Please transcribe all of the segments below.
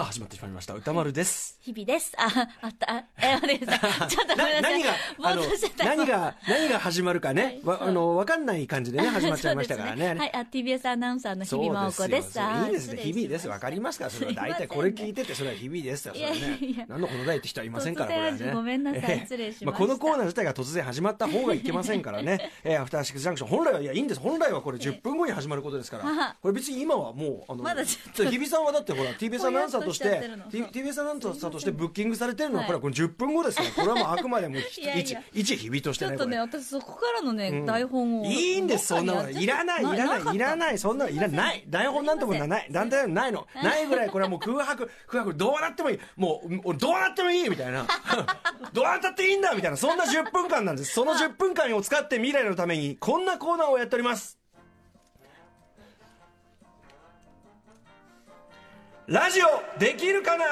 あ始まってしまいました歌丸です日々です。あ、あった、あ、え、お姉 さん。ちょっとごめんなさい。何がぼあーのっとしてた何が何が始まるかね、はいわあの分かんない感じでね始まっちゃいましたからねそうあですはれい、あ、TBS アナウンサーの日そう々真央子です。よあいいですね失礼しました日々ですわかりますからそれは大体これ聞いててそれは日々ですよそれはねいやいやいや何のことだいって人はいませんから突これ然はねごめんなさいええ失礼しましたあこのコーナー自体が突然始まった方がいけませんから ねええアフターシックスジャンクション本来はいやいいんです本来はこれ10分後に始まることですかあらはこれ別に今はもうあのまだちょっと日比さんはだってほら TBS アナウンサーとしぼてやっとしちゃってるの T- TBS アナウンサーとしてブッキングされてるのははいこれはこの10分後ですからこれはもうあくまでも一 いやいや一日々としちてょねっことれね、私そこからのね、台本を。いいんです、そんなもの。いらない、いらない、いらない、そんなのいらない。台本なんてものはない。団体なんてものはないの。ないぐらい、これはもう空白、 空白、どうなってもいい。もう、うんどうなってもいいみたいな。 どうなったっていいんだみたいな。そんな10分間なんです。その10分間を使って未来のために、こんなコーナーをやっております。ラジオ、できるかな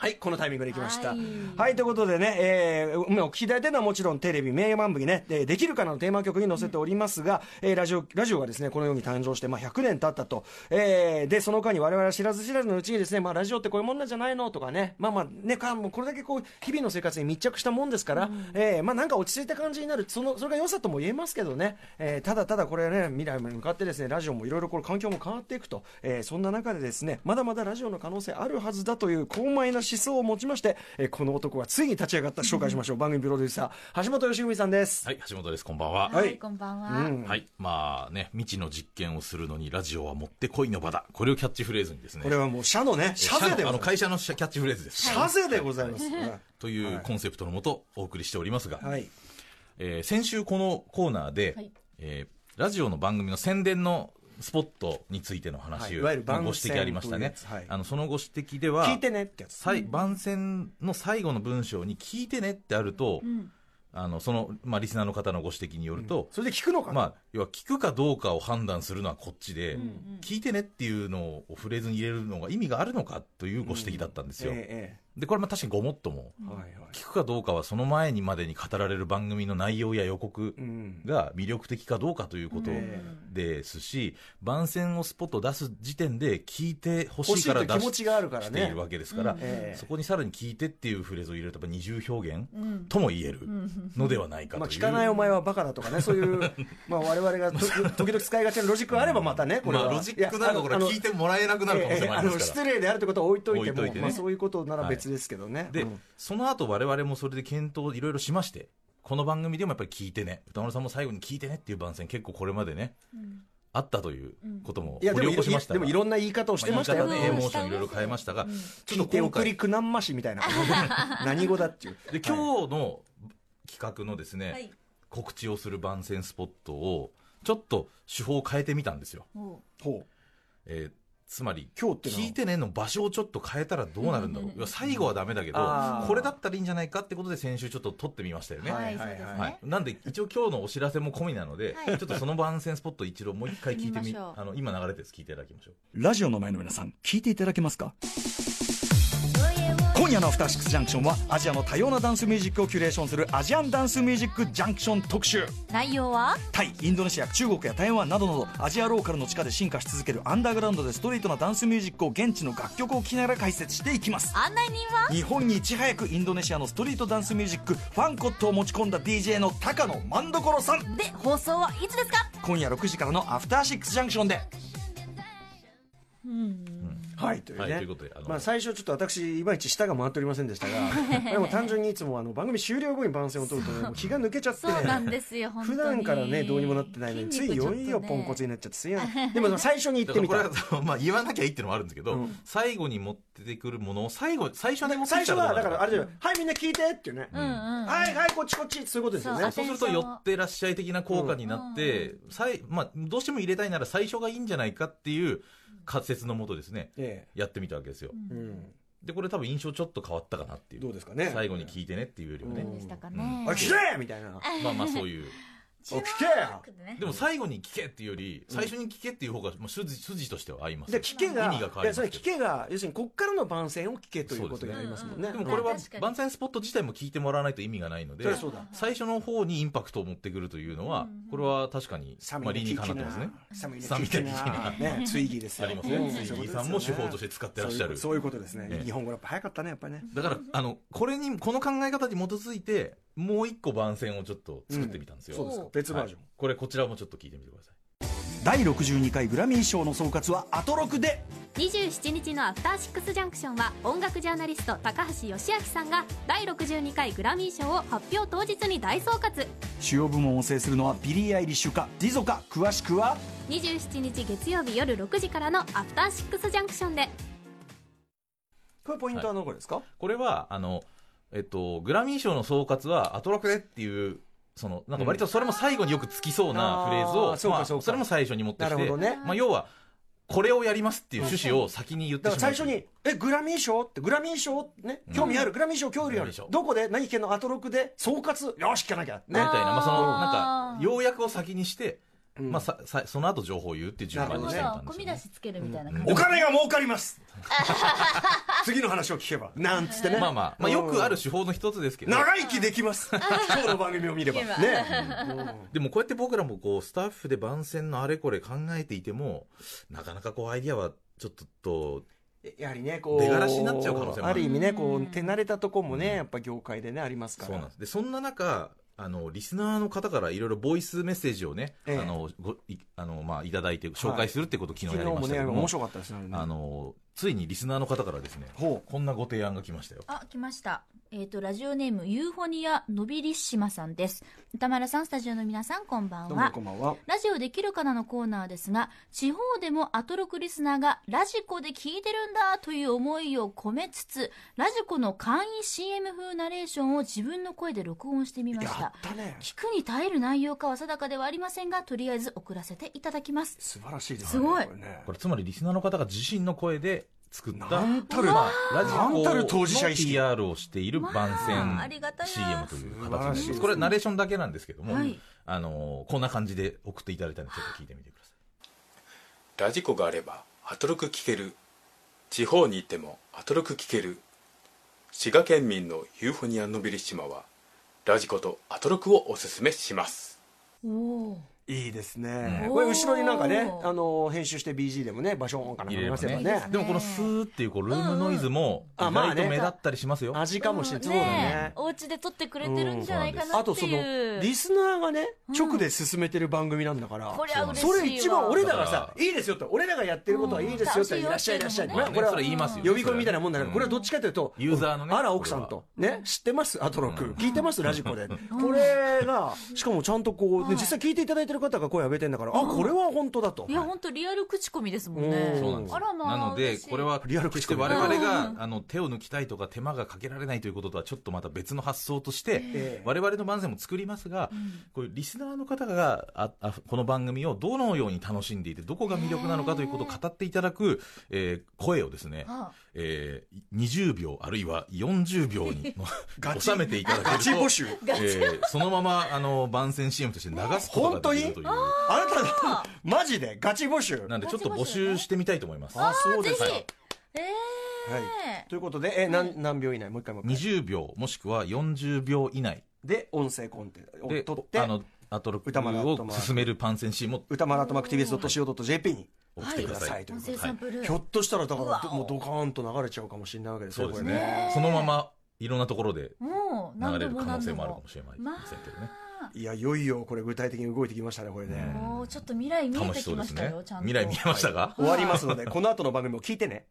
はい、このタイミングできました。ははいい、ということでね、えー、まあお聞きいただいてるのはもちろんテレビ、名番組ね、えーできるかなのテーマ曲に載せておりますが、えーラジオ、ラジオがですね、このように誕生して、まあ、100年経ったと。えーで、その間に我々は知らず知らずのうちにですね、まあ、ラジオってこういうもんなんじゃないのとかね、まあまあ、ね、かもうこれだけこう、日々の生活に密着したもんですから、えーまあ、なんか落ち着いた感じになる、その、それが良さとも言えますけどね、えーただただこれね、未来に向かってですね、ラジオもいろいろこれ環境も変わっていくと、えーそんな中でですね、まだまだラジオの可能性あるはずだという高邁な思想を持ちまして、えーこの男はついに立ち上がった紹介しましょう。番組プロデューサー、橋本良文さんです。はい、橋本です。こんばんは。ははいい、こんばんは。うんはい、まあね、未知の実験をするのにラジオはもってこいの場だ。これをキャッチフレーズにですね。これはもう社のね、え社税であございのます。会社の社キャッチフレーズです。社税でございます。というコンセプトのもとお送りしておりますが、はい。えー先週このコーナーで、はいえーラジオの番組の宣伝のスポットについてのはい話いを、わゆるご番指宣摘ありましたねと。いうやつはいあのそのご指摘では、聞いてねってやつ。さい番宣の最後の文章に聞いてねってあると、んあのその、まあ、リスナーの方のご指摘によると、それで聞くのかなまあ、要は聞くかどうかを判断するのはこっちで、聞いてねっていうのをフレーズに入れるのが意味があるのかというご指摘だったんですよ。えで、これまあ確かにごもっとも、えええはいはい。聞くかどうかはその前にまでに語られる番組の内容や予告うん。が魅力的かどうかということえですし、番宣をスポット出す時点で聞いてほし欲いしいからと気出持しちがあるからしていねる。わけですから、ええそこにさらに聞いてっていうフレーズを入れるとやっぱ二重表現うんとも言えるのではないかまとあ、いう。聞かないお前はバカだとかね、そう いう、まあ、我々がと時々使いがちなロジックがあればまたね、これは。まあ、ロジックなのこれいやあの聞いてもらえなくなるかもしれええなあいのですから失。礼であるということは置いといても置いといてねまあ、そういうことなら別ですけどね、で、うんその後我々もそれで検討をいろいろしまして、この番組でもやっぱり聞いてね、歌丸さんも最後に聞いてねっていう番宣結構これまでね、あったということもいや掘でもり起こしましたでもいろんんな言い方をしてましたよまあね。言い方エモねーションいろいろ変えましたが、ち聞いょっとて今送り回、くなんましみたいな ことで何語だっていうで今日の企画のですね、はい。告知をする番宣スポットを、ちょっと手法を変えてみたんですよ。おうほうえーつまり、今日ってのは聞いてねの場所をちょっと変えたらどうなるんだろう。いや最後はダメだけどあー、これだったらいいんじゃないかってことで先週ちょっと撮ってみましたよね。はい、そうですはいはいね、。なんで一応今日のお知らせも込みなので、ちょっとその番宣スポット一度もう一回聞いて聞いみてみましょうあの今流れてるやつ聞いていただきましょうラジオの前の皆さん聞いていただけますか今夜の「アフターシックスジャンクション」はアジアの多様なダンスミュージックをキュレーションするアジアンダンスミュージックジャンクション特集内容はタイインドネシア中国や台湾などなどアジアローカルの地下で進化し続けるアンダーグラウンドでストリートなダンスミュージックを現地の楽曲を聴きながら解説していきます案内人は日本にいち早くインドネシアのストリートダンスミュージックファンコットを持ち込んだ DJ の高野万所さんで、放送はいつですか今夜6時からの「アフターシックスジャンクション」ではいというはいね、ということであのまあ、最初ちょっと私いまいち舌が回っておりませんでした がでも単純にいつもあの番組終了後に番宣を取ると、ね、もう気が抜けちゃってねそうなんですよ、本当普に。段からねどうにもなってないのについ筋肉ちょっよとねいよポンコツになっちゃってすい ませんでも最初に言だっかてらみこれたはそのまあ言わなきゃいいっていうのもあるんですけど、うん最後に持ってくるものを最後最初に持って最き初たはらどうなだるからあれだよ「はいみんな聞いて」っていうね「うんうん。はいはいこっちこっち」そういうことですよねそうすると寄ってらっしゃい的な効果になって、さいまあ、どうしても入れたいなら最初がいいんじゃないかっていう仮説のもとですねえやってみたわけですよえうんでこれ多分印象ちょっと変わったかなっていうどうですかね最後に聞いてねっていうよりはね、どうでしたかね。あ、綺麗みたいな。 まあまあそういうチワークでねでも最後に聞けっていうより、最初に聞けっていう方が、もう筋、筋としては合いますでよ。聞けが意味が変わりますけどいやそれ聞けが要するにこっからの番宣を聞けということになりますもんね。でもこれは確かに番宣スポット自体も聞いてもらわないと意味がないのでそりゃそうだ、最初の方にインパクトを持ってくるというのは、これは確かに、まあ理にかなってますね。サムイネサムイネ的なね追義ですよ。ありますねうん追義そういうことですよさんも手法として使ってらっしゃるそういうことそういうことですねえ。え日本語ラップ早かったねやっぱりね。だから、あの、これに、この考え方に基づいて、もう一個番宣をちょっと作ってみたんですよ。そうですか。別バージョンはい。これ、こちらもちょっと聞いてみてください。第62回グラミー賞の総括はアトロクで27日の「アフターシックスジャンクション」は音楽ジャーナリスト高橋義明さんが第62回グラミー賞を発表当日に大総括主要部門を制するのはビリー・アイリッシュかディゾか詳しくは27日月曜日夜6時からの「アフターシックスジャンクション」でこれポイントはどこですか？これは、あの、えっと、グラミー賞の総括は、アトラクでっていう、その、なんか割とそれも最後によくつきそうなフレーズあーそを、うかまあそうかれも最初に持ってきなるて、ほどねまあ、要は、これをやりますっていう趣旨を先に言ってだしかまらう。最初に「えグラミー賞?」って「グラミー賞?」ね興味ある、グラミー賞興味あグラミるー賞どこで何聞けんのアトロクで総括よし聞かなきゃみたねいな、まあ、その、あーなんか、要約を先にして、んまあ、さ、さその後情報を言うっていう順番にだしかてみたらんでゴすミよ出ね。しつけるみたいな感じお金が儲かります 次の話を聞けばなんつってねまあまあ、まあ、よくある手法の一つですけど。長生きできます 今日の番組を見ればね聞でもこうやって僕らもこう、スタッフで番宣のあれこれ考えていても、なかなかこう、アイディアは、ちょっと、うんやはりねこう出がらしになっちゃう可能性もああるる意味ねこう手慣れたとこもねやっぱ業界でねありますからそうなんです。で、そんな中、あの、リスナーの方からいろいろボイスメッセージをね、ええあの、ご、い、あの、まあ、いただいて、紹介するってことを昨日昨や日りまもしたけねども、面白かったですねあの、ついにリスナーの方からですね、ほこんなご提案が来ましたよ。あ、来ました。えっ、と、ラジオネーム、ユーフォニア・ノビリッシマさんです。歌丸さん、スタジオの皆さん、こんばんどうもはこ。んばんはラジオできるかなのコーナーですが、地方でもアトロクリスナーがラジコで聞いてるんだという思いを込めつつ、ラジコの簡易 CM 風ナレーションを自分の声で録音してみまやしたっ。たね聞くに耐える内容かは定かではありませんが、とりあえず送らせていただきます。素晴らしいですねすごいこれねこれ、つまりリスナーの方が自身の声で作った、なんたるまあ、ラジなんたる当事者意識 PR をしている番わああり宣がたいな CM という形になりま素晴らしいですす。ねこれ、ナレーションだけなんですけども、はいあの、こんな感じで送っていただいたので、ちょっと聞いてみてください。ラジコがあればアトロク聞ける地方に行ってもアトロク聞ける滋賀県民のユーフォニアのびり島はラジコとアトロクをおすすめしますおおいいですね、うんこれ後ろになんかねおーあの編集して BG でもね場所音から流入れれれまばせばねねいいですねでもこのスーっていうこうルームノイズも意うんうんあまあ外ねと目立ったりしますよ、味かもしれない、そうだねお家で撮ってくれてるんじゃないかなあってとそのいう。リスナーがね直で進めてる番組なんだから、これは嬉しいそわ。れ一番俺らがださかいいですよと俺らがやってることはいいですよってうんいらっしゃいいらっしゃい、うんまあねこれはそれ言いますよ呼び込みみたいなもんだから、うんこれはどっちかというとユーザーのねあら奥さんとね知ってますアトロック、うん聞いてますラジコで、これがしかもちゃんとこう、ね、実際聞いていただいてる方が声上げてんだから、あこれは本当だといや、本当リアル口コミですもんねうん。そうなんですあらまあ。なので嬉しいこれはリアル口決してコミ我々があの手を抜きたいとか手間がかけられないということとはちょっとまた別の発想としえて、え我々の番宣も作りますが、こういうリスナーの方がああこの番組をどのように楽しんでいてどこが魅力なのかということを語っていただく、えー声をですね、あえー20秒あるいは40秒 にガチ収めていたガだけるとチ募集えーそのままあの番宣 CM として流すことができるという。あなたがマジでガチ募集なんでちょっと募集してみたいと思います。あそうぜですひか。えはいえ。ということで、え何何秒以内もう一回もう一回20秒もしくは40秒以内で音声コンテンツをで取ってあのアトロク歌丸アットをマーク進めるパンセンシーも歌丸とマクティビス .co.jp に送ってくださはいいとといいうこと音声うことで、サンプル。ひょっとしたらだかうわらおもうドカーンと流れちゃうかもしれないわけですそようですこれねねそのままいろんなところでもう、流何れ度るも可能何性度もあるかもも。しれませまんけどね、あ。いやいよいよこれ具体的に動いてきましたねこれね、もうちょっと未来見え楽てしそきうでますしたねよ、ちゃんと。未来見えましたか終わりますのでこの後の番組も聞いてね